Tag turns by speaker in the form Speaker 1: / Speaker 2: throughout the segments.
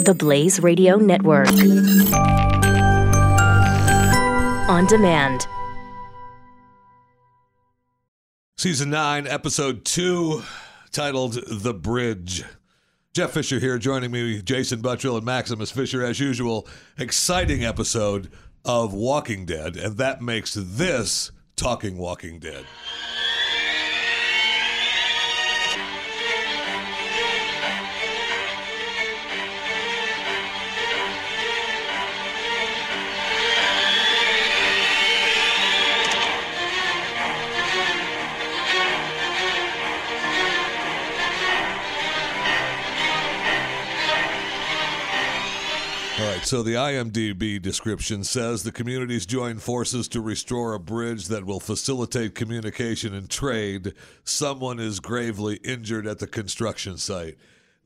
Speaker 1: The Blaze Radio Network. On demand.
Speaker 2: Season 9, Episode 2, titled The Bridge. Jeff Fisher here, joining me, Jason Buttrill and Maximus Fisher, as usual. Exciting episode of Walking Dead, and that makes this Talking Walking Dead. All right, so the IMDb description says the communities join forces to restore a bridge that will facilitate communication and trade. Someone is gravely injured at the construction site.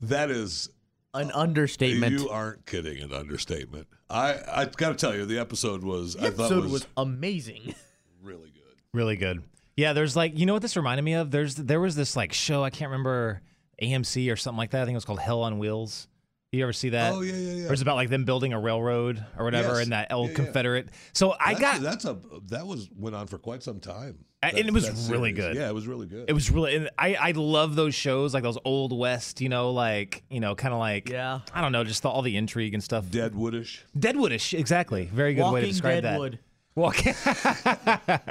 Speaker 2: That is,
Speaker 3: An understatement.
Speaker 2: you aren't kidding, an understatement. I I got to tell you, the episode was
Speaker 3: the
Speaker 2: I thought
Speaker 3: episode
Speaker 2: was,
Speaker 3: was, amazing.
Speaker 2: really good.
Speaker 4: Really good. Yeah, there's like you know what this reminded me of? There's there was this like show I can't remember AMC or something like that. I think it was called Hell on Wheels. You ever see that?
Speaker 2: Oh, yeah, yeah, yeah.
Speaker 4: It was about like them building a railroad or whatever,
Speaker 2: Yes.
Speaker 4: and that
Speaker 2: Yeah,
Speaker 4: old
Speaker 2: yeah.
Speaker 4: Confederate. So I
Speaker 2: That's-
Speaker 4: got
Speaker 2: that's a that was went on for quite some time,
Speaker 4: And
Speaker 2: That-
Speaker 4: it was
Speaker 2: that
Speaker 4: really
Speaker 2: series.
Speaker 4: good.
Speaker 2: Yeah, it was really good.
Speaker 4: it was really. And I I love those shows like those old west. You know, like you know, kind of like
Speaker 3: Yeah.
Speaker 4: I don't know, just the, all the intrigue and stuff.
Speaker 2: Deadwoodish.
Speaker 4: Deadwoodish, exactly. Very good way to
Speaker 3: Walking
Speaker 4: describe
Speaker 3: Deadwood.
Speaker 4: that. Walking.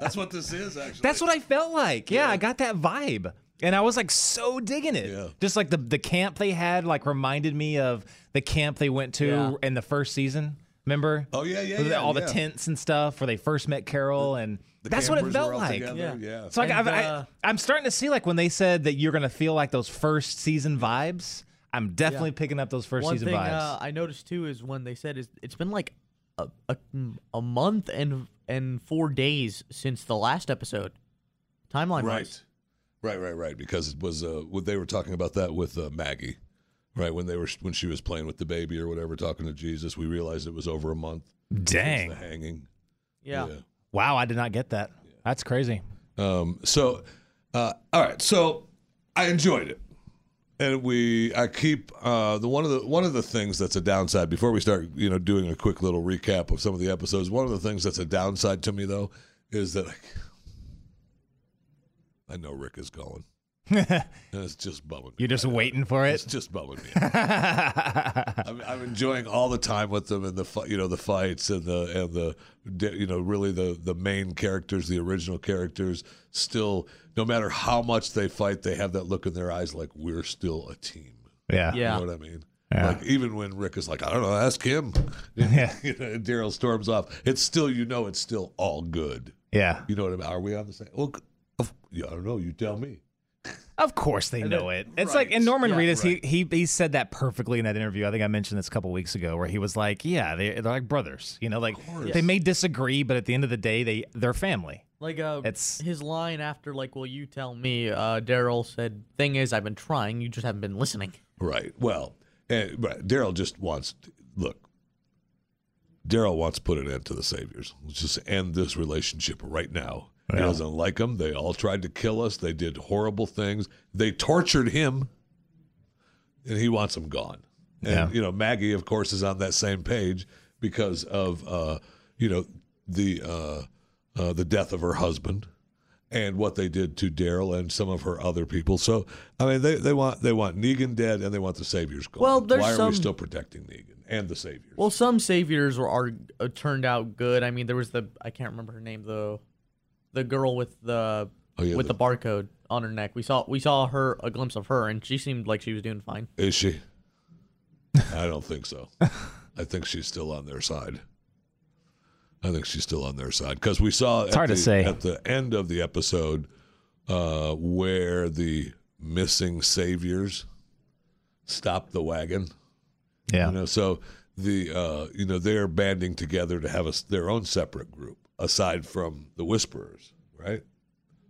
Speaker 2: That's what this is actually.
Speaker 4: That's what I felt like. Yeah, I got that vibe. And I was like so digging it.
Speaker 2: Yeah.
Speaker 4: Just like the the camp they had like reminded me of the camp they went to
Speaker 3: Yeah.
Speaker 4: in the first season. Remember?
Speaker 2: Oh, yeah, yeah,
Speaker 4: With
Speaker 2: yeah,
Speaker 4: all
Speaker 2: yeah.
Speaker 4: the tents and stuff where they first met Carol and
Speaker 2: The
Speaker 4: that's what it
Speaker 2: campers
Speaker 4: felt
Speaker 2: were all
Speaker 4: like.
Speaker 2: together, Yeah.
Speaker 4: So like
Speaker 3: And,
Speaker 4: I've,
Speaker 3: uh,
Speaker 4: I, I'm starting to see like when they said that you're gonna feel like those first season vibes. I'm definitely picking up those first
Speaker 3: One
Speaker 4: season
Speaker 3: thing
Speaker 4: vibes.
Speaker 3: uh, I noticed too is when they said is it's been like a, a, a month and and four days since the last episode. Timeline
Speaker 2: right. Right, right, right. Because it was uh, what they were talking about that with uh, Maggie, right? When they were when she was playing with the baby or whatever, talking to Jesus, we realized it was over a month.
Speaker 4: Dang!
Speaker 2: The hanging.
Speaker 3: Yeah.
Speaker 4: Wow, I did not get that. That's crazy.
Speaker 2: Um, so, uh, all right. So, I enjoyed it, and we. I keep uh, the one of the one of the things that's a downside. Before we start, you know, doing a quick little recap of some of the episodes. One of the things that's a downside to me though is that I, I know Rick is going, and it's just bumming. me.
Speaker 4: You're just waiting for
Speaker 2: It's
Speaker 4: it.
Speaker 2: just bumming me. out. I'm, I'm enjoying all the time with them and the fi- you know the fights and the and the di- you know really the the main characters, the original characters. Still, no matter how much they fight, they have that look in their eyes like we're still a team.
Speaker 4: Yeah.
Speaker 3: Yeah.
Speaker 2: You know what I mean? Like even when Rick is like, I don't know, ask him.
Speaker 4: Yeah.
Speaker 2: you know, and Daryl storms off. It's still, you know, it's still all good.
Speaker 4: Yeah.
Speaker 2: You know what I mean? Are we on the same? Well, of- yeah, I don't know. You tell me.
Speaker 4: Of course they know it. It's like and Norman Reedus, he, he he said that perfectly in that interview. I think I mentioned this a couple weeks ago, where he was like, "Yeah, they, they're like brothers. You know, like they may disagree, but at the end of the day, they they're family."
Speaker 3: Like uh,
Speaker 4: It's-
Speaker 3: his line after like, "Will you tell me?" Uh, Daryl said, "Thing is, I've been trying. You just haven't been listening."
Speaker 2: Right. Well, and, but Daryl just wants look. Daryl wants to put an end to the Saviors. Let's just end this relationship right now. He doesn't like them. They all tried to kill us. They did horrible things. They tortured him, and he wants them gone. And
Speaker 4: Yeah.
Speaker 2: you know, Maggie, of course, is on that same page because of uh, you know the uh, uh, the death of her husband and what they did to Daryl and some of her other people. So I mean, they, they want they want Negan dead and they want the Saviors gone.
Speaker 3: Well, there's
Speaker 2: why are we
Speaker 3: some-
Speaker 2: still protecting Negan and the Saviors?
Speaker 3: Well, some saviors were are uh, turned out good. I mean, there was the I can't remember her name though, the girl with the
Speaker 2: Oh, yeah,
Speaker 3: with
Speaker 2: the-
Speaker 3: the, barcode on her neck. We saw we saw her a glimpse of her, and she seemed like she was doing fine.
Speaker 2: Is she? I don't think so. I think she's still on their side. I think she's still on their side because we saw it's at,
Speaker 4: hard to
Speaker 2: the,
Speaker 4: say.
Speaker 2: at the end of the episode uh, where the missing saviors stopped the wagon.
Speaker 4: Yeah.
Speaker 2: You know, so the uh, you know they're banding together to have a, s- their own separate group aside from the Whisperers, right?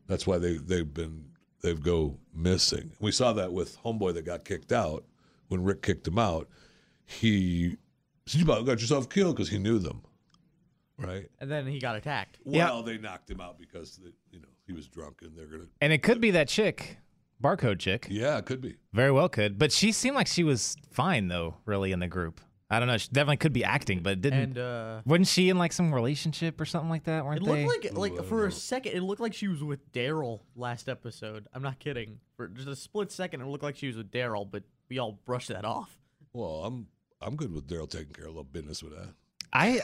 Speaker 2: That's why they they've been they've go missing. We saw that with Homeboy that got kicked out when Rick kicked him out. He said, "You about got yourself killed because he knew them, right?
Speaker 3: And then he got attacked.
Speaker 2: Well, they knocked him out because they, you know he was drunk and they're gonna
Speaker 4: And it could be that chick barcode chick.
Speaker 2: Yeah, it could be.
Speaker 4: Very well could, but she seemed like she was fine though. Really in the group. I don't know. She definitely could be acting, but it
Speaker 2: Hmm.
Speaker 4: didn't.
Speaker 3: And uh,
Speaker 4: wasn't she in like some relationship or something like that? Weren't
Speaker 3: it
Speaker 4: they?
Speaker 3: looked like like for a second it looked like she was with Daryl last episode. I'm not kidding. For just a split second, it looked like she was with Daryl, but we all brushed that off.
Speaker 2: Well, I'm I'm good with Daryl taking care of a little business with that.
Speaker 4: I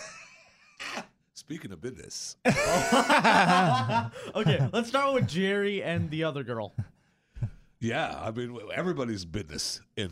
Speaker 2: Speaking of business,
Speaker 3: Okay, let's start with Jerry and the other girl.
Speaker 2: yeah, I mean everybody's business in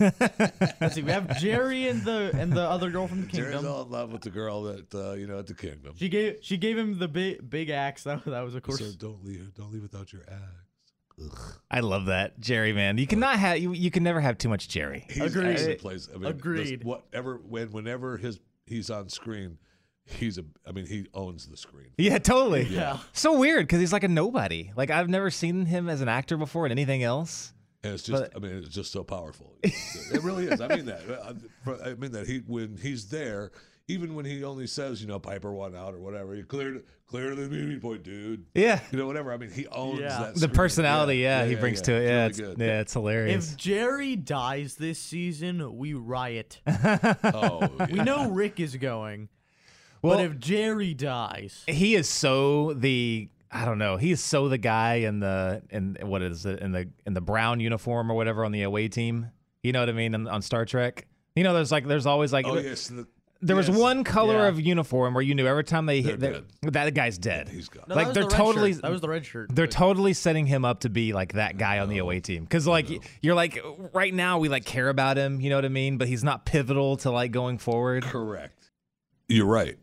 Speaker 3: Let's see, we have Jerry and the and the other girl from the
Speaker 2: Jerry's
Speaker 3: kingdom.
Speaker 2: all in love with the girl that uh, you know at the kingdom.
Speaker 3: She gave she gave him the big big axe. That, that was of course.
Speaker 2: So don't leave her. Don't leave without your axe.
Speaker 4: I love that Jerry man. You cannot have you, you can never have too much Jerry.
Speaker 2: He's
Speaker 3: Agreed.
Speaker 2: excellent plays. I mean, there's
Speaker 3: Agreed.
Speaker 2: Whatever when whenever his he's on screen, he's a. I mean he owns the screen.
Speaker 4: Yeah, totally.
Speaker 3: Yeah.
Speaker 4: So weird because he's like a nobody. Like I've never seen him as an actor before in anything else.
Speaker 2: And it's just, I mean, it's just so powerful. it really is. I mean that. I- I I mean that he when he's there, even when he only says, you know, Piper one out or whatever, he cleared cleared the meeting point, dude.
Speaker 4: Yeah.
Speaker 2: You know, whatever. I mean, he owns
Speaker 3: Yeah.
Speaker 2: that.
Speaker 4: The
Speaker 2: screen.
Speaker 4: personality, yeah, he brings to it. Yeah,
Speaker 2: It's
Speaker 4: it's,
Speaker 2: really
Speaker 4: yeah, it's hilarious.
Speaker 3: If Jerry dies this season, we riot.
Speaker 2: good. Oh,
Speaker 3: We know Rick is going,
Speaker 4: well,
Speaker 3: but if Jerry dies,
Speaker 4: he is so the I don't know. He is so the guy in the in what is it in the in the brown uniform or whatever on the away team. You know what I mean on, on Star Trek. You know, there's like there's always like
Speaker 2: oh yes. the-
Speaker 4: there was
Speaker 2: yes.
Speaker 4: one color
Speaker 3: Yeah.
Speaker 4: of uniform where you knew every time they hit
Speaker 2: They're
Speaker 4: that, that guy's dead.
Speaker 2: He's gone.
Speaker 3: No, that
Speaker 4: like
Speaker 3: was
Speaker 4: they're
Speaker 3: the red
Speaker 4: totally
Speaker 3: Shirt. That was the red shirt.
Speaker 4: They're totally setting him up to be like that guy on the away team. Cause like y- you're like right now we like care about him, you know what I mean? But he's not pivotal to like going forward.
Speaker 2: Correct. You're right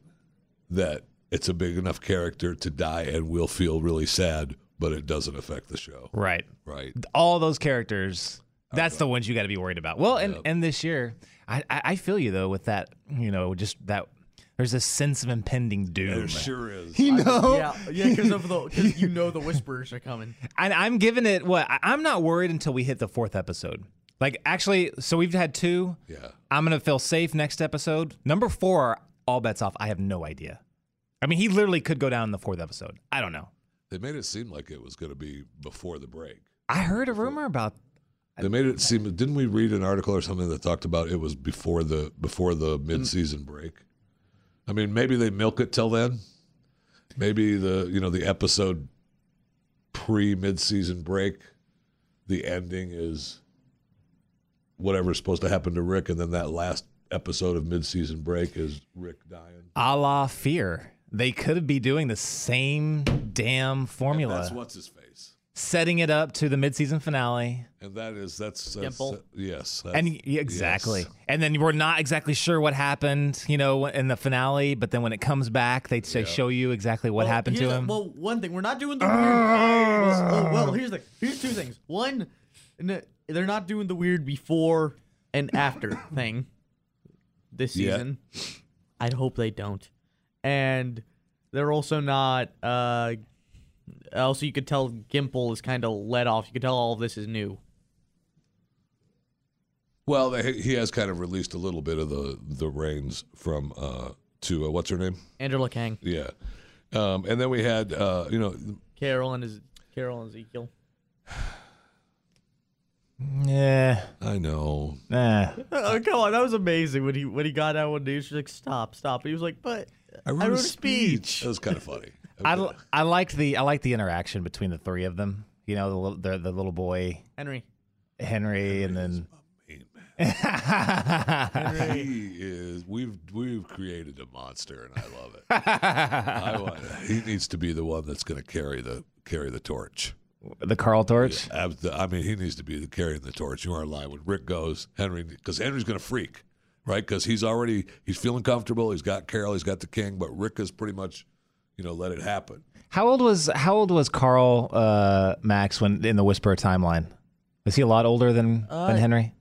Speaker 2: that it's a big enough character to die and we'll feel really sad, but it doesn't affect the show.
Speaker 4: Right.
Speaker 2: Right.
Speaker 4: All those characters, that's the ones you gotta be worried about. Well, and, and this year, I, I, I feel you though with that, you know, just that there's a sense of impending doom.
Speaker 2: There sure is.
Speaker 4: You know?
Speaker 3: yeah, yeah, because of the because you know the whispers are coming.
Speaker 4: And I'm giving it what I- I'm not worried until we hit the fourth episode. Like actually, so we've had two.
Speaker 2: Yeah.
Speaker 4: I'm gonna feel safe next episode. Number four, all bets off. I have no idea. I mean, he literally could go down in the fourth episode. I don't know.
Speaker 2: They made it seem like it was going to be before the break.
Speaker 4: I heard a rumor about.
Speaker 2: They made it seem. Didn't we read an article or something that talked about it was before the before the mid-season break? I mean, maybe they milk it till then. Maybe the you know the episode pre mid-season break, the ending is whatever's supposed to happen to Rick, and then that last episode of mid-season break is Rick dying.
Speaker 4: a la Fear. They could be doing the same damn formula,
Speaker 2: That's what's his face,
Speaker 4: setting it up to the midseason finale,
Speaker 2: and that is that's, that's
Speaker 3: Dimple.
Speaker 2: yes, that's,
Speaker 4: and y- exactly.
Speaker 2: yes.
Speaker 4: And then we're not exactly sure what happened, you know, in the finale. But then when it comes back, they, they show you exactly what
Speaker 3: Well,
Speaker 4: happened to
Speaker 3: here's the-
Speaker 4: him.
Speaker 3: well, one thing we're not doing the weird. well, well, here's the here's two things. One, n- they're not doing the weird before and after thing this
Speaker 2: Yeah.
Speaker 3: season. I'd hope they don't. And they're also not. uh Also, you could tell Gimple is kind of let off. You could tell all of this is new.
Speaker 2: Well, they, he has kind of released a little bit of the the reins from uh, to uh, what's her name?
Speaker 3: Angela Kang,
Speaker 2: Yeah, um, and then we had uh, you know
Speaker 3: Carol, and is Carol and Ezekiel.
Speaker 4: yeah.
Speaker 2: I know
Speaker 4: Nah.
Speaker 3: Oh come on, that was amazing when he when he got out one day. She's like, "Stop, stop!" He was like, "But I wrote, a speech."
Speaker 2: That was kind of funny.
Speaker 4: I, I liked the I liked the interaction between the three of them. You know, the little the, the little boy
Speaker 3: Henry,
Speaker 4: Henry, and then
Speaker 2: he is we've we've created a monster, and I love it. I want, he needs to be the one that's going to carry the carry the torch.
Speaker 4: the Carl Torch.
Speaker 2: Ab- the- I mean, he needs to be the carrying the torch. You aren't lying. When Rick goes, Henry, because Henry's going to freak, right? Because he's already he's feeling comfortable. He's got Carol. He's got the king. But Rick has pretty much, you know, let it happen.
Speaker 4: How old was How old was Carl uh, Max when in the Whisperer timeline? Was he a lot older than than Henry?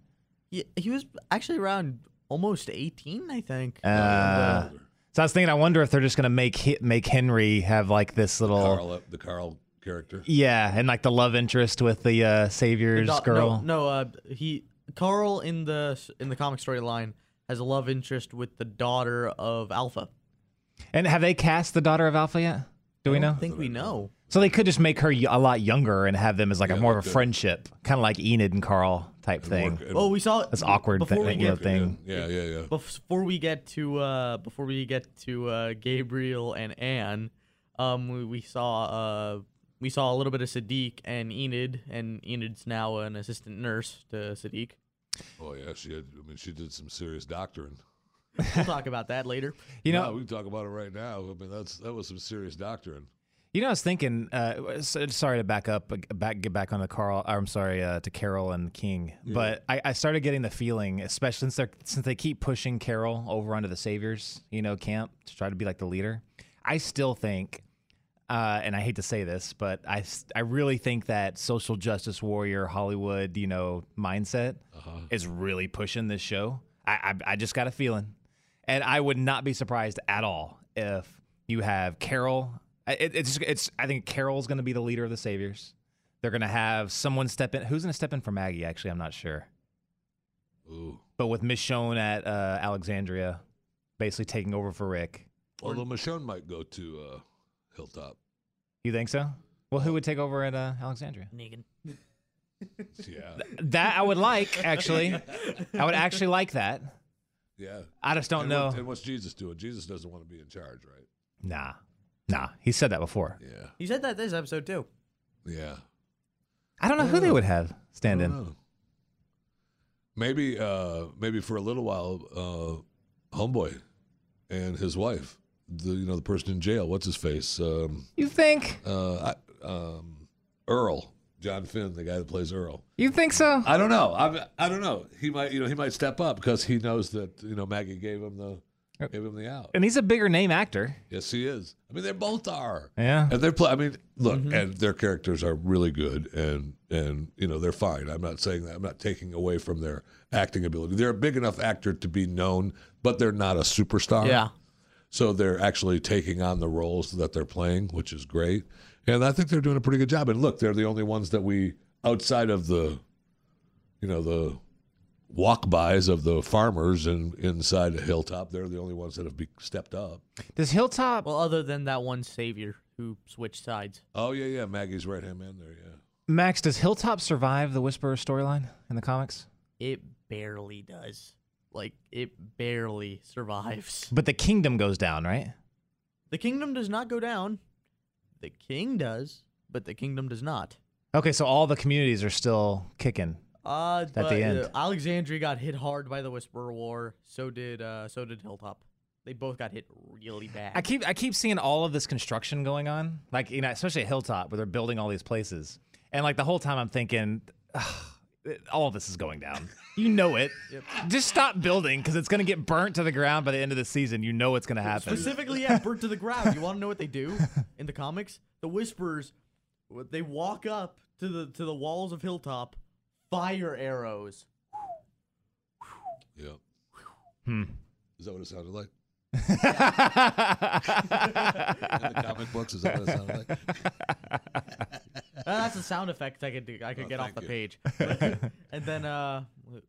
Speaker 3: yeah, he was actually around almost eighteen, I think.
Speaker 4: Uh, so I was thinking, I wonder if they're just gonna make hi- make Henry have like this little.
Speaker 2: Carl, uh, the Carl character.
Speaker 4: Yeah, and like the love interest with the uh, Savior's
Speaker 3: No-
Speaker 4: girl.
Speaker 3: No, no, uh, he Carl in the s- in the comic storyline has a love interest with the daughter of Alpha.
Speaker 4: And have they cast the daughter of Alpha yet? Do we know?
Speaker 3: I think we know.
Speaker 4: So they could just make her y- a lot younger and have them as like a more
Speaker 2: they
Speaker 4: of a
Speaker 2: could.
Speaker 4: friendship, kind of like Enid and Carl type thing.
Speaker 2: Work- and-
Speaker 3: Oh, we saw
Speaker 4: That's awkward
Speaker 3: before
Speaker 4: thing,
Speaker 3: we
Speaker 4: you know,
Speaker 3: get
Speaker 4: thing.
Speaker 2: Yeah, yeah, yeah.
Speaker 3: before we get to uh, before we get to uh, Gabriel and Anne, um, we, we saw uh, we saw a little bit of Sadiq and Enid, and Enid's now an assistant nurse to Sadiq.
Speaker 2: Oh, yeah. She had, I mean, she did some serious doctoring.
Speaker 3: We'll talk about that later.
Speaker 4: You know,
Speaker 2: No, we can talk about it right now. I mean, that's that was some serious doctoring.
Speaker 4: You know, I was thinking. Uh, s- sorry to back up, back get back on the Carl. Or I'm sorry uh, to Carol and King, but I, I started getting the feeling, especially since they are since they keep pushing Carol over onto the Saviors, you know, camp to try to be like the leader. I still think, uh, and I hate to say this, but I s- I really think that social justice warrior Hollywood, you know, mindset is really pushing this show. I I, I just got a feeling. And I would not be surprised at all if you have Carol. I- It, it's it's. I think Carol's going to be the leader of the Saviors. They're going to have someone step in. Who's going to step in for Maggie? Actually, I'm not sure.
Speaker 2: Ooh.
Speaker 4: But with Michonne at uh, Alexandria, basically taking over for Rick.
Speaker 2: Although Michonne might go to uh, Hilltop.
Speaker 4: You think so? Well, who would take over at uh, Alexandria?
Speaker 3: Negan.
Speaker 2: Yeah.
Speaker 4: That I would like actually. I would actually like that.
Speaker 2: Yeah.
Speaker 4: I just don't
Speaker 2: and
Speaker 4: know.
Speaker 2: What, and what's Jesus doing? Jesus doesn't want to be in charge, right?
Speaker 4: Nah, nah. He said that before.
Speaker 2: Yeah.
Speaker 3: You said that this episode too.
Speaker 2: Yeah.
Speaker 4: I don't know who they would have stand in.
Speaker 2: Oh. Maybe uh maybe for a little while uh homeboy and his wife the you know the person in jail what's his face um
Speaker 4: You think?
Speaker 2: uh I, um Earl John Finn the guy that plays Earl
Speaker 4: You think so?
Speaker 2: I don't know I'm I don't know he might you know he might step up because he knows that you know Maggie gave him the gave him the out
Speaker 4: And he's a bigger name actor.
Speaker 2: yes he is I mean they both are
Speaker 4: Yeah.
Speaker 2: And they're play. I mean, look, and their characters are really good, and and you know they're fine. I'm not saying that. I'm not taking away from their acting ability. They're a big enough actor to be known, but they're not a superstar.
Speaker 3: Yeah.
Speaker 2: So they're actually taking on the roles that they're playing, which is great. And I think they're doing a pretty good job. And look, they're the only ones that we outside of the, you know, the walk bys of the farmers and inside the hilltop. They're the only ones that have be- stepped up.
Speaker 4: Does Hilltop?
Speaker 3: Well, other than that one savior who switched sides.
Speaker 2: Oh yeah, yeah. Maggie's right hand man there. Yeah.
Speaker 4: Max, does Hilltop survive the Whisperer storyline in the comics?
Speaker 3: It barely does. Like it barely survives.
Speaker 4: But the kingdom goes down, right?
Speaker 3: The kingdom does not go down. The king does, but the kingdom does not.
Speaker 4: Okay, so all the communities are still kicking.
Speaker 3: Uh,
Speaker 4: the
Speaker 3: but, uh,
Speaker 4: end.
Speaker 3: Alexandria got hit hard by the Whisperer War. So did uh, so did Hilltop. They both got hit really bad.
Speaker 4: I keep I keep seeing all of this construction going on, like you know, especially at Hilltop where they're building all these places, and like the whole time I'm thinking, "Ugh, all of this is going down. You know it. Just stop building because it's gonna get burnt to the ground by the end of the season. You know what's gonna happen.
Speaker 3: Specifically, yeah, burnt to the ground. You want to know what they do in the comics? The Whisperers, w- they walk up to the to the walls of Hilltop, fire arrows.
Speaker 2: Yeah.
Speaker 4: Hmm.
Speaker 2: Is that what it sounded like? In the comic books, is that what it sounded like?
Speaker 3: Uh, that's a sound effect I could do, I could
Speaker 2: Oh,
Speaker 3: get off
Speaker 2: thank
Speaker 3: the
Speaker 2: you.
Speaker 3: page. and then uh,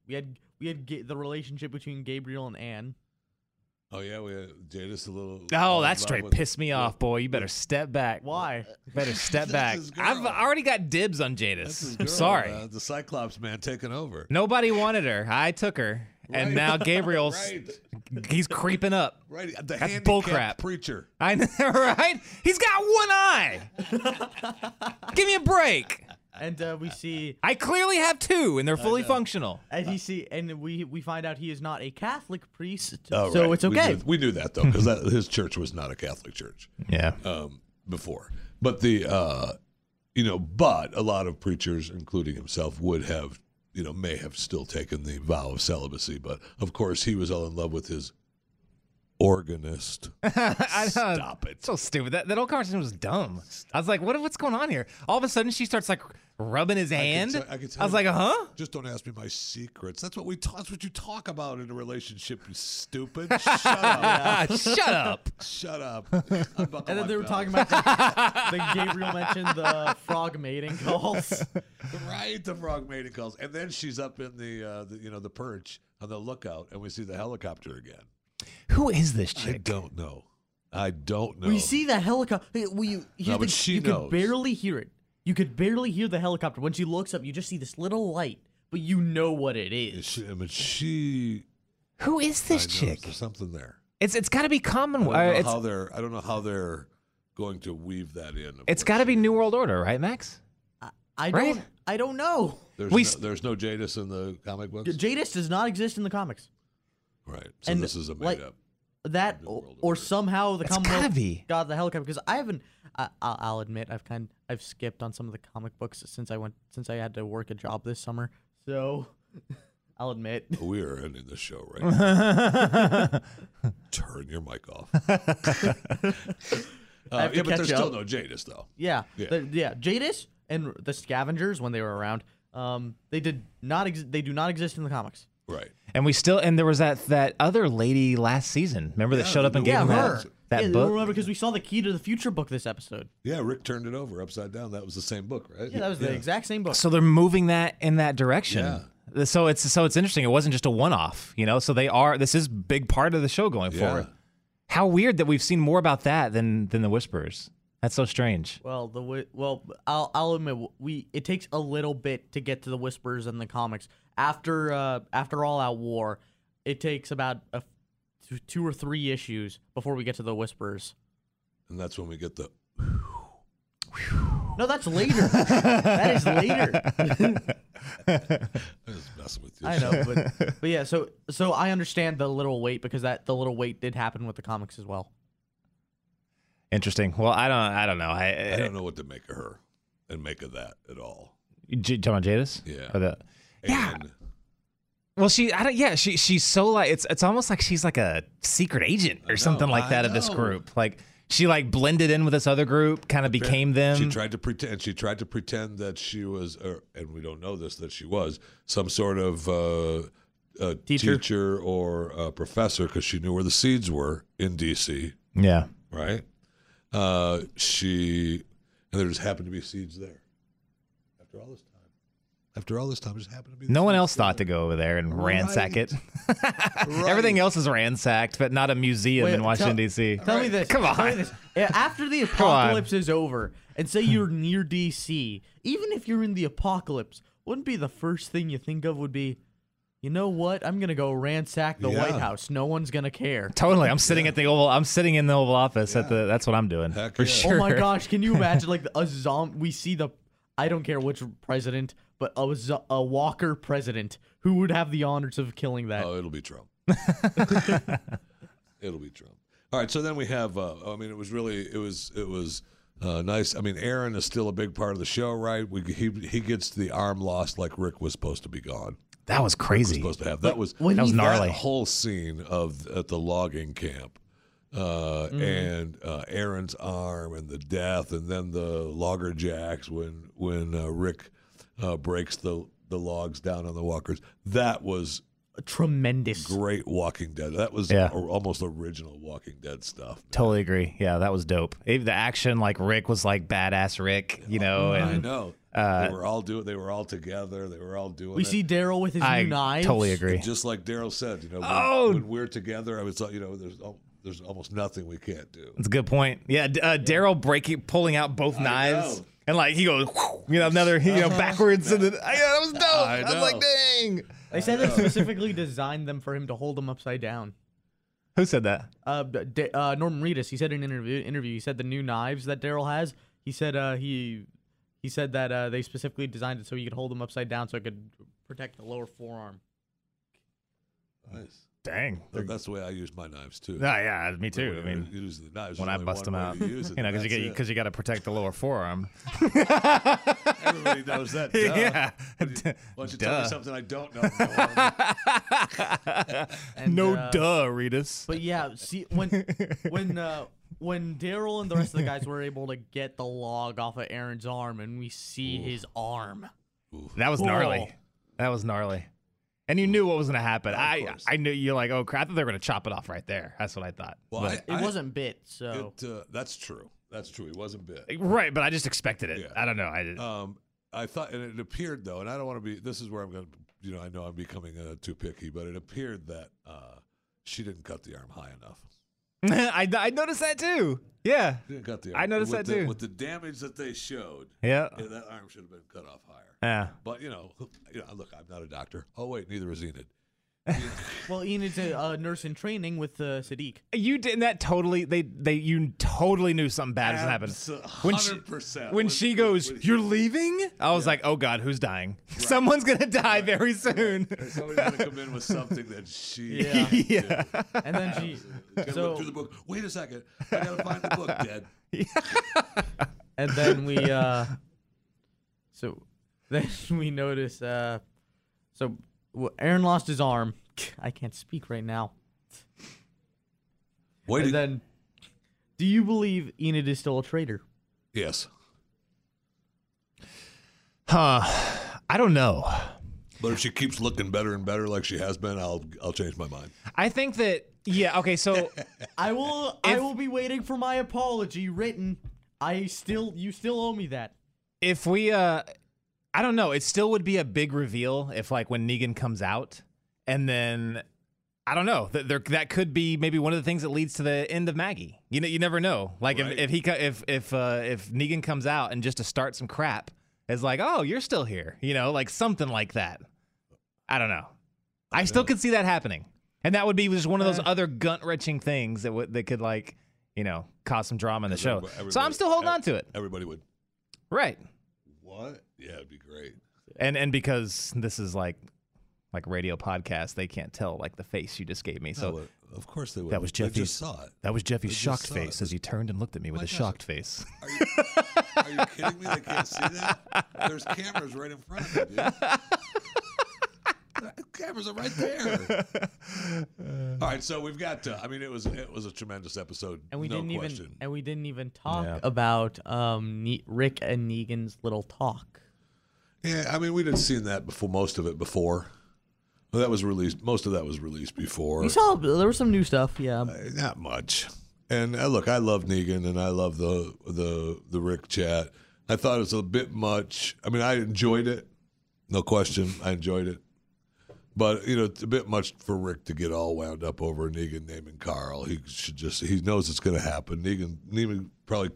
Speaker 3: we had we had ga- the relationship between Gabriel and Anne.
Speaker 2: Oh yeah, we had Jadis a little.
Speaker 4: Oh, that
Speaker 2: involved
Speaker 4: straight
Speaker 2: with-
Speaker 4: pissed me off, boy. You better step back.
Speaker 3: Why?
Speaker 4: Better step
Speaker 2: That's
Speaker 4: back.
Speaker 2: his girl.
Speaker 4: I've already got dibs on
Speaker 2: That's his
Speaker 4: Jadis. I'm
Speaker 2: girl,
Speaker 4: sorry.
Speaker 2: uh, the Cyclops man taking over.
Speaker 4: Nobody wanted her. I took her. And
Speaker 2: Right.
Speaker 4: now Gabriel's
Speaker 2: Right,
Speaker 4: he's creeping up.
Speaker 2: right. The
Speaker 4: That's
Speaker 2: handicapped
Speaker 4: bullcrap.
Speaker 2: preacher.
Speaker 4: I know, right? He's got one eye. Give me a break.
Speaker 3: And uh, we see
Speaker 4: I clearly have two and they're fully functional.
Speaker 3: and he see and we we find out he is not a Catholic priest.
Speaker 2: Oh,
Speaker 3: so
Speaker 2: right.
Speaker 3: it's
Speaker 2: We
Speaker 3: okay.
Speaker 2: knew- We knew, that though, because his church was not a Catholic church
Speaker 4: Yeah.
Speaker 2: um, before. But the, uh, you know, but a lot of preachers, including himself, would have, you know, may have still taken the vow of celibacy. But of course, he was all in love with his organist.
Speaker 4: I know.
Speaker 2: Stop it.
Speaker 4: So stupid. That, that whole conversation was dumb. I was like, what, what's going on here? All of a sudden, she starts like rubbing his hand.
Speaker 2: tell- I could
Speaker 4: I
Speaker 2: tell.
Speaker 4: was like, huh?
Speaker 2: Just don't ask me my secrets. That's what we. Ta- that's what you talk about in a relationship. You stupid. Shut up.
Speaker 4: Ah, shut up.
Speaker 2: Shut up.
Speaker 3: and then they
Speaker 2: Oh
Speaker 3: were talking about the, the Gabriel mentioned the frog mating calls.
Speaker 2: right the frog mating calls, and then she's up in the, uh, the you know the perch on the lookout, and we see the helicopter again.
Speaker 4: Who is this
Speaker 2: I
Speaker 4: chick?
Speaker 2: don't know. I don't know.
Speaker 3: We see that helicopter. We you,
Speaker 2: No, but
Speaker 3: could-
Speaker 2: she
Speaker 3: you
Speaker 2: knows.
Speaker 3: could barely hear it. You could barely hear the helicopter. When she looks up, you just see this little light, but you know what it
Speaker 2: Is
Speaker 3: is.
Speaker 2: she, I mean, she.
Speaker 4: Who is
Speaker 2: I
Speaker 4: this
Speaker 2: know,
Speaker 4: chick?
Speaker 2: There's something there.
Speaker 4: It's it's got to be Commonwealth.
Speaker 2: I don't know
Speaker 4: it's
Speaker 2: how they're. I don't know how they're going to weave that in. of
Speaker 4: it's
Speaker 2: what
Speaker 4: got to be
Speaker 2: she-
Speaker 4: New World Order, right, Max?
Speaker 3: I
Speaker 4: Right?
Speaker 3: don't. I don't know.
Speaker 2: There's,
Speaker 4: We
Speaker 2: no,
Speaker 4: s-
Speaker 2: there's no Jadis in the comic books,
Speaker 3: Jadis does not exist in the comics.
Speaker 2: right? So
Speaker 3: and
Speaker 2: this is a made
Speaker 3: like-
Speaker 2: up.
Speaker 3: That
Speaker 2: New
Speaker 3: or,
Speaker 2: World
Speaker 3: or
Speaker 2: Order.
Speaker 3: somehow the
Speaker 4: It's gotta
Speaker 3: Commonwealth
Speaker 4: be.
Speaker 3: got the helicopter because I haven't. I, I'll, I'll admit I've kind I've skipped on some of the comic books since I went since I had to work a job this summer. So I'll admit.
Speaker 2: We are ending the show right. now. Turn your mic off. uh,
Speaker 3: have to
Speaker 2: yeah, but there's
Speaker 3: catch
Speaker 2: still
Speaker 3: up.
Speaker 2: no Jadis though.
Speaker 3: Yeah,
Speaker 2: Yeah.
Speaker 3: the- yeah. Jadis and the Scavengers when they were around, um, they did not. Ex- they do not exist in the comics.
Speaker 2: Right.
Speaker 4: And we still and there was that that other lady last season. Remember that showed up and
Speaker 2: the-
Speaker 4: gave
Speaker 3: Yeah,
Speaker 4: him
Speaker 3: her.
Speaker 4: that, that
Speaker 3: yeah,
Speaker 4: book.
Speaker 3: Remember because we saw the Key to the Future book this episode.
Speaker 2: Yeah, Rick turned it over upside down. That was the same book, right?
Speaker 3: Yeah, that was the exact same book.
Speaker 4: So they're moving that in that direction.
Speaker 2: Yeah.
Speaker 4: Th- So it's so it's interesting. It wasn't just a one off, you know. So they are. This is big part of the show going
Speaker 2: Yeah.
Speaker 4: forward. How weird that we've seen more about that than than the Whisperers. That's so strange.
Speaker 3: Well, the wi- well, I'll I'll admit we it takes a little bit to get to the whispers in the comics. After uh after All Out War, it takes about a, two- two or three issues before we get to the whispers.
Speaker 2: And that's when we get the.
Speaker 3: No, that's later. that is later.
Speaker 2: I was messing with you.
Speaker 3: I know, but but yeah. So so I understand the little wait because that the little wait did happen with the comics as well.
Speaker 4: Interesting. Well, I don't. I don't know. I,
Speaker 2: I don't know what to make of her and make of that at all.
Speaker 4: J- talking about Jadis?
Speaker 2: Yeah.
Speaker 4: Or the- yeah.
Speaker 2: And
Speaker 4: Well, she. I don't. Yeah. She. She's so like. It's. It's almost like she's like a secret agent or something like
Speaker 2: I
Speaker 4: that of this
Speaker 2: know.
Speaker 4: group. Like she like blended in with this other group, kind of became them.
Speaker 2: She tried to pretend. She tried to pretend that she was, or, and we don't know this that she was some sort of uh, uh
Speaker 3: Teacher.
Speaker 2: or uh professor because she knew where the seeds were in D.C.
Speaker 4: yeah.
Speaker 2: Right? Uh, she and there just happened to be seeds there. After all this time, after all this time, just happened to be. the
Speaker 4: No one
Speaker 2: seeds
Speaker 4: else
Speaker 2: there.
Speaker 4: thought to go over there and ransack
Speaker 2: Right.
Speaker 4: it. Everything else is ransacked, but not a museum
Speaker 3: Wait,
Speaker 4: in Washington
Speaker 3: tell-
Speaker 4: D.C.
Speaker 3: Tell me this.
Speaker 4: Come
Speaker 3: Tell me
Speaker 4: on.
Speaker 3: this. Yeah, After the
Speaker 4: on.
Speaker 3: apocalypse is over, and say you're near DC, even if you're in the apocalypse, wouldn't be the first thing you think of would be, you know what? I'm gonna go ransack the
Speaker 2: Yeah.
Speaker 3: White House. No one's gonna care.
Speaker 4: Totally. I'm sitting at the oval. I'm sitting in the Oval Office. At the. That's what I'm doing
Speaker 2: Heck
Speaker 4: for
Speaker 2: yeah.
Speaker 4: sure.
Speaker 3: Oh my gosh! Can you imagine like a zombie? We see the, I don't care which president, but a zo- a Walker president who would have the honors of killing that.
Speaker 2: Oh, it'll be Trump. it'll be Trump. All right. So then we have. Uh, I mean, it was really. It was. It was uh, nice. I mean, Aaron is still a big part of the show, right? We he he gets the arm lost like Rick was supposed to be gone.
Speaker 4: That
Speaker 2: Was
Speaker 4: was crazy.
Speaker 2: supposed to have that was
Speaker 3: when
Speaker 4: That was
Speaker 3: he-
Speaker 4: gnarly.
Speaker 2: that whole scene of at the logging camp. Uh,
Speaker 3: Mm.
Speaker 2: And uh, Aaron's arm and the death, and then the logger jacks when when uh, Rick uh, breaks the the logs down on the walkers. That was
Speaker 3: tremendous.
Speaker 2: great Walking Dead. That was
Speaker 4: Yeah.
Speaker 2: or- almost original Walking Dead stuff.
Speaker 4: Totally agree. Yeah, that was dope. It- the action, like Rick was like badass Rick,
Speaker 2: Oh
Speaker 4: you know,
Speaker 2: I
Speaker 4: and
Speaker 2: know.
Speaker 4: Uh,
Speaker 2: they were all doing. They were all together. They were all doing.
Speaker 3: We
Speaker 2: it.
Speaker 3: see Daryl with his
Speaker 4: I
Speaker 3: new knives.
Speaker 4: totally agree.
Speaker 2: just like Daryl said. You know, when,
Speaker 4: Oh!
Speaker 2: when we're together, I was like, you know, there's al- there's almost nothing we can't do.
Speaker 4: It's a good point. Yeah, d- uh, Daryl breaking, pulling out both knives,
Speaker 2: know. Uh-huh.
Speaker 4: and like he goes, you know, another, you know, backwards, and then yeah, that was dope.
Speaker 2: I
Speaker 4: I, was like,
Speaker 2: know.
Speaker 4: dang.
Speaker 3: They said they specifically designed them for him to hold them upside down.
Speaker 4: Who said that?
Speaker 3: uh, D- D- uh, Norman Reedus. He said in an interview, interview, he said the new knives that Daryl has. He said uh, he he said that uh, they specifically designed it so you could hold them upside down so it could protect the lower forearm.
Speaker 2: Nice.
Speaker 4: Dang.
Speaker 2: Th- That's the way I use my knives too.
Speaker 4: Yeah, Oh, yeah, me too. I
Speaker 2: When
Speaker 4: mean,
Speaker 2: you use the knives.
Speaker 4: when I
Speaker 2: there's only
Speaker 4: bust
Speaker 2: one
Speaker 4: them
Speaker 2: way
Speaker 4: out,
Speaker 2: to
Speaker 4: you
Speaker 2: use it,
Speaker 4: know, because you
Speaker 2: that's
Speaker 4: get
Speaker 2: it.
Speaker 4: because you got to protect the lower forearm.
Speaker 2: everybody knows that. duh. Why
Speaker 4: Yeah.
Speaker 2: don't you- why don't you tell
Speaker 4: Duh.
Speaker 2: me something I don't know? Norm?
Speaker 3: And,
Speaker 4: no
Speaker 3: uh,
Speaker 4: duh, Redis.
Speaker 3: But yeah, see when when uh, when Daryl and the rest of the guys were able to get the log off of Aaron's arm, and we see his arm.
Speaker 4: That was gnarly.
Speaker 3: Whoa.
Speaker 4: That was gnarly. And you knew what was going to happen. I
Speaker 2: course.
Speaker 4: I knew you're like, oh crap! I thought they were going to chop it off right there. That's what I thought.
Speaker 2: Well,
Speaker 4: But-
Speaker 2: I- I-
Speaker 3: It wasn't bit, so
Speaker 2: it, uh, that's true. That's true. He wasn't bit.
Speaker 4: right, but I just expected it.
Speaker 2: Yeah.
Speaker 4: I don't know. I did.
Speaker 2: Um, I thought, and it appeared though, and I don't want to be. This is where I'm going. to, You know, I know I'm becoming uh, too picky, but it appeared that uh, she didn't cut the arm high enough.
Speaker 4: I, I noticed that too. Yeah.
Speaker 2: They got the
Speaker 4: I noticed
Speaker 2: with
Speaker 4: that
Speaker 2: the-
Speaker 4: too.
Speaker 2: With the damage that they showed,
Speaker 4: Yeah.
Speaker 2: yeah, that arm should have been cut off higher.
Speaker 4: Yeah.
Speaker 2: But you know, you know, look, I'm not a doctor. Oh wait, neither is Enid.
Speaker 3: Well, Enid's a, a uh, nurse in training with uh, Sadiq.
Speaker 4: You didn't that totally they they you totally knew something bad was happening. When she
Speaker 2: 100%.
Speaker 4: when
Speaker 2: When-
Speaker 4: she goes,
Speaker 2: when-
Speaker 4: "You're leaving?" I was like, "Oh god, who's dying? Someone's going to die very soon."
Speaker 2: Somebody's gonna come in with something that she
Speaker 3: Yeah.
Speaker 4: yeah.
Speaker 3: And then she,
Speaker 2: Gotta look
Speaker 3: So-
Speaker 2: through the book. Wait a second, I gotta find the book, Dad.
Speaker 3: and then we, uh, so then we notice, uh, so well, Aaron lost his arm. I can't speak right now.
Speaker 2: Wait,
Speaker 3: And
Speaker 2: a-
Speaker 3: then, do you believe Enid is still a traitor?
Speaker 2: yes,
Speaker 4: Huh. I don't know.
Speaker 2: but if she keeps looking better and better like she has been, I'll I'll change my mind.
Speaker 4: I think that yeah, okay, so
Speaker 3: I will. I will be waiting for my apology written. I still, you still owe me that.
Speaker 4: if we uh I don't know, it still would be a big reveal if like when Negan comes out and then I don't know. That there that could be maybe one of the things that leads to the end of Maggie. You know, you never know. Like
Speaker 2: Right.
Speaker 4: if, if he co- if if uh, if Negan comes out and just to start some crap is like, "Oh, you're still here." You know, like something like that. I don't know. I still could see that happening. And that would be just one of those other gut-wrenching things that would that could like, you know, cause some drama in the show.
Speaker 2: Everybody-
Speaker 4: so I'm still holding
Speaker 2: ev-
Speaker 4: on to it.
Speaker 2: Everybody would.
Speaker 4: Right.
Speaker 2: What? Yeah, it'd be great.
Speaker 4: and and because this is like like radio podcast they can't tell like the face you just gave me so
Speaker 2: So of course they would.
Speaker 4: that was
Speaker 2: They
Speaker 4: jeffy's
Speaker 2: just saw Oh, it.
Speaker 4: that was jeffy's
Speaker 2: They just
Speaker 4: shocked
Speaker 2: saw
Speaker 4: face
Speaker 2: it.
Speaker 4: as he turned and looked at me with
Speaker 2: My
Speaker 4: a
Speaker 2: gosh.
Speaker 4: shocked face
Speaker 2: Are you, are you kidding me? They can't see that. There's cameras right in front of you. Dude. The cameras are right there. All right, so we've got. To, I mean, it was it was a tremendous episode.
Speaker 3: And we
Speaker 2: no
Speaker 3: didn't
Speaker 2: question.
Speaker 3: even. And we didn't even talk
Speaker 4: Yeah.
Speaker 3: about um ne- Rick and Negan's little talk.
Speaker 2: Yeah, I mean, we'd had seen that before. Most of it before. Well, that was released. Most of that was released before.
Speaker 3: We saw there was some new stuff. Yeah.
Speaker 2: Not much. And uh, look, I love Negan, and I love the the the Rick chat. I thought it was a bit much. I mean, I enjoyed it, no question. I enjoyed it, but you know, it's a bit much for Rick to get all wound up over Negan naming Carl. He should just he knows it's going to happen. Negan Negan probably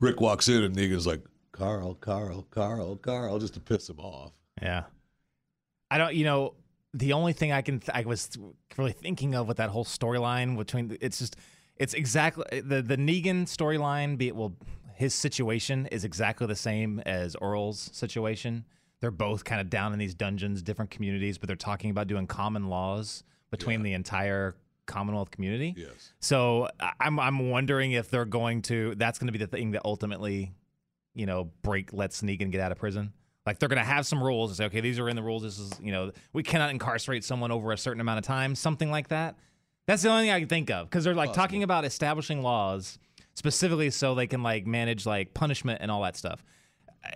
Speaker 2: Rick walks in and Negan's like Carl, Carl, Carl, Carl, just to piss him off.
Speaker 4: yeah i don't you know the only thing i can th- i was th- really thinking of with that whole storyline between it's just it's exactly the the negan storyline be it well his situation is exactly the same as earl's situation they're both kind of down in these dungeons different communities but they're talking about doing common laws between the entire commonwealth community
Speaker 2: Yes,
Speaker 4: So I- I'm I'm wondering if they're going to that's going to be the thing that ultimately, you know, break let Negan get out of prison. Like they're going to have some rules and say, okay, these are in the rules. This is you know we cannot incarcerate someone over a certain amount of time, something like that. That's the only thing I can think of because they're like talking about establishing laws specifically so they can like manage like punishment and all that stuff.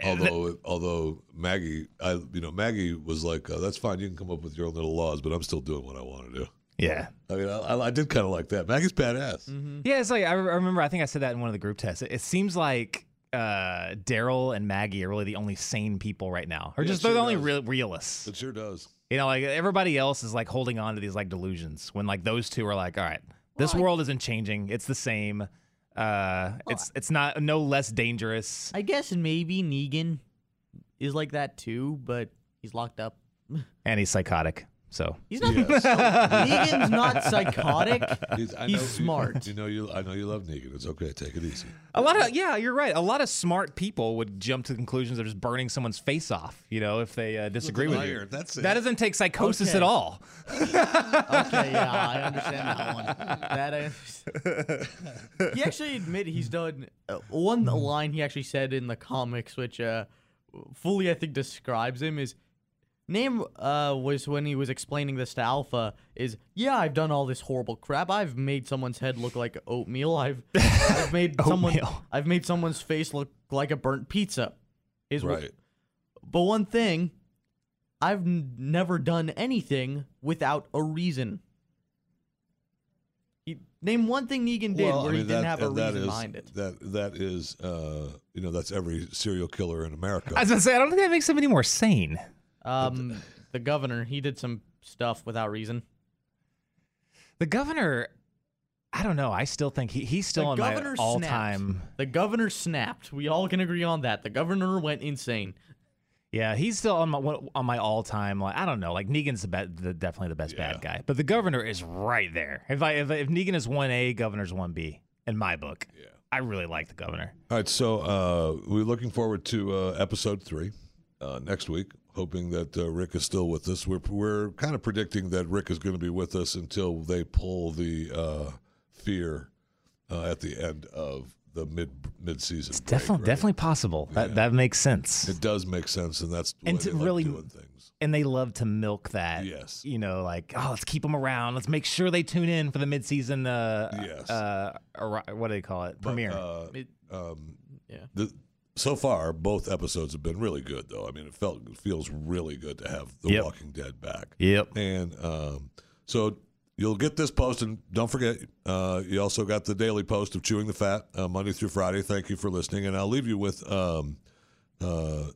Speaker 2: although although Maggie, I you know Maggie was like, uh, "That's fine, you can come up with your own little laws, but I'm still doing what I want to do."
Speaker 4: Yeah,
Speaker 2: I mean, I, I- I did kind of like that. Maggie's badass.
Speaker 3: Mm-hmm.
Speaker 4: Mm-hmm. Yeah, it's like I re- I remember. I think I said that in one of the group tests. It, it seems like uh, Daryl and Maggie are really the only sane people right now, or
Speaker 2: Yeah,
Speaker 4: just
Speaker 2: sure
Speaker 4: they're the only
Speaker 2: does.
Speaker 4: real realists.
Speaker 2: It sure does.
Speaker 4: You know, like everybody else is like holding on to these like delusions. When like those two are like, all right, this world isn't changing. It's the same. Uh, it's it's not no less dangerous.
Speaker 3: I guess maybe Negan is like that too, but he's locked up.
Speaker 4: And he's psychotic. So
Speaker 3: He's not. Negan's not psychotic.
Speaker 2: He's, I
Speaker 3: Uh, He's
Speaker 2: you-
Speaker 3: smart.
Speaker 2: You, know, you. I know you love Negan. It's okay. Take it easy.
Speaker 4: a lot of yeah, you're right. A lot of smart people would jump to conclusions of just burning someone's face off. You know, if they uh, disagree with you.
Speaker 2: Liar, that's it.
Speaker 4: That doesn't take psychosis
Speaker 3: Okay.
Speaker 4: at all.
Speaker 3: Okay, yeah, I understand that one. That I understand. he actually admitted he's done uh, one line he actually said in the comics, which uh, fully I think describes him is name uh, was when he was explaining this to Alpha is yeah I've done all this horrible crap I've made someone's head look like oatmeal I've I've made someone
Speaker 4: Oatmeal.
Speaker 3: I've made someone's face look like a burnt pizza. Is wh-
Speaker 2: right.
Speaker 3: but one thing, I've n- never done anything without a reason. He, name one thing Negan did where he didn't have a
Speaker 2: and that
Speaker 3: reason
Speaker 2: is-
Speaker 3: behind it.
Speaker 2: That that is, uh, you know, that's every serial killer in America.
Speaker 4: I was gonna say, I don't think that makes him any more sane.
Speaker 3: Um, the governor, he did some stuff without reason.
Speaker 4: The governor, I don't know. I still think he, he's still
Speaker 3: The
Speaker 4: on my
Speaker 3: governor
Speaker 4: all
Speaker 3: snapped.
Speaker 4: time.
Speaker 3: The governor snapped. We all can agree on that. The governor went insane.
Speaker 4: Yeah, he's still on my one- on my all time. Like I don't know. Like Negan's the, be- the definitely the best bad guy, but the governor is right there. If I if, if Negan is one A, governor's one B in my book. Yeah, I really like the governor.
Speaker 2: All right, so uh, we're looking forward to uh, episode three uh, next week. Hoping that uh, Rick is still with us. We're we're kind of predicting that Rick is going to be with us until they pull the uh, fear uh, at the end of the mid mid season. It's
Speaker 4: Definitely, definitely possible. That that makes sense.
Speaker 2: It does make sense, and that's the
Speaker 4: And
Speaker 2: way
Speaker 4: to
Speaker 2: they like
Speaker 4: really-
Speaker 2: doing things.
Speaker 4: and they love to milk that.
Speaker 2: Yes.
Speaker 4: You know, like oh, let's keep them around. Let's make sure they tune in for the midseason. Uh,
Speaker 2: Yes.
Speaker 4: Uh, arri- what do they call it? Premiere.
Speaker 2: Uh,
Speaker 3: It-
Speaker 2: um,
Speaker 3: Yeah.
Speaker 2: the, so far, both episodes have been really good, though. I mean, it felt it feels really good to have The
Speaker 4: Yep.
Speaker 2: Walking Dead back.
Speaker 4: yep.
Speaker 2: And um, so you'll get this post, and don't forget, uh, you also got the daily post of Chewing the Fat uh, Monday through Friday. Thank you for listening, and I'll leave you with um, uh,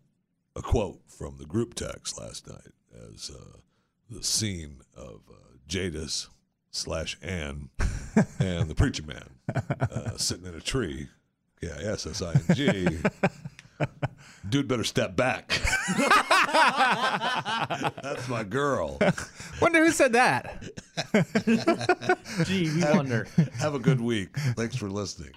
Speaker 2: a quote from the group text last night as uh, the scene of uh, Jadis slash Ann and the preacher man uh, sitting in a tree. Yeah, S S I N G. Dude, better step back. That's my girl.
Speaker 4: Wonder who said that.
Speaker 3: Gee, we wonder.
Speaker 2: Have a good week. Thanks for listening.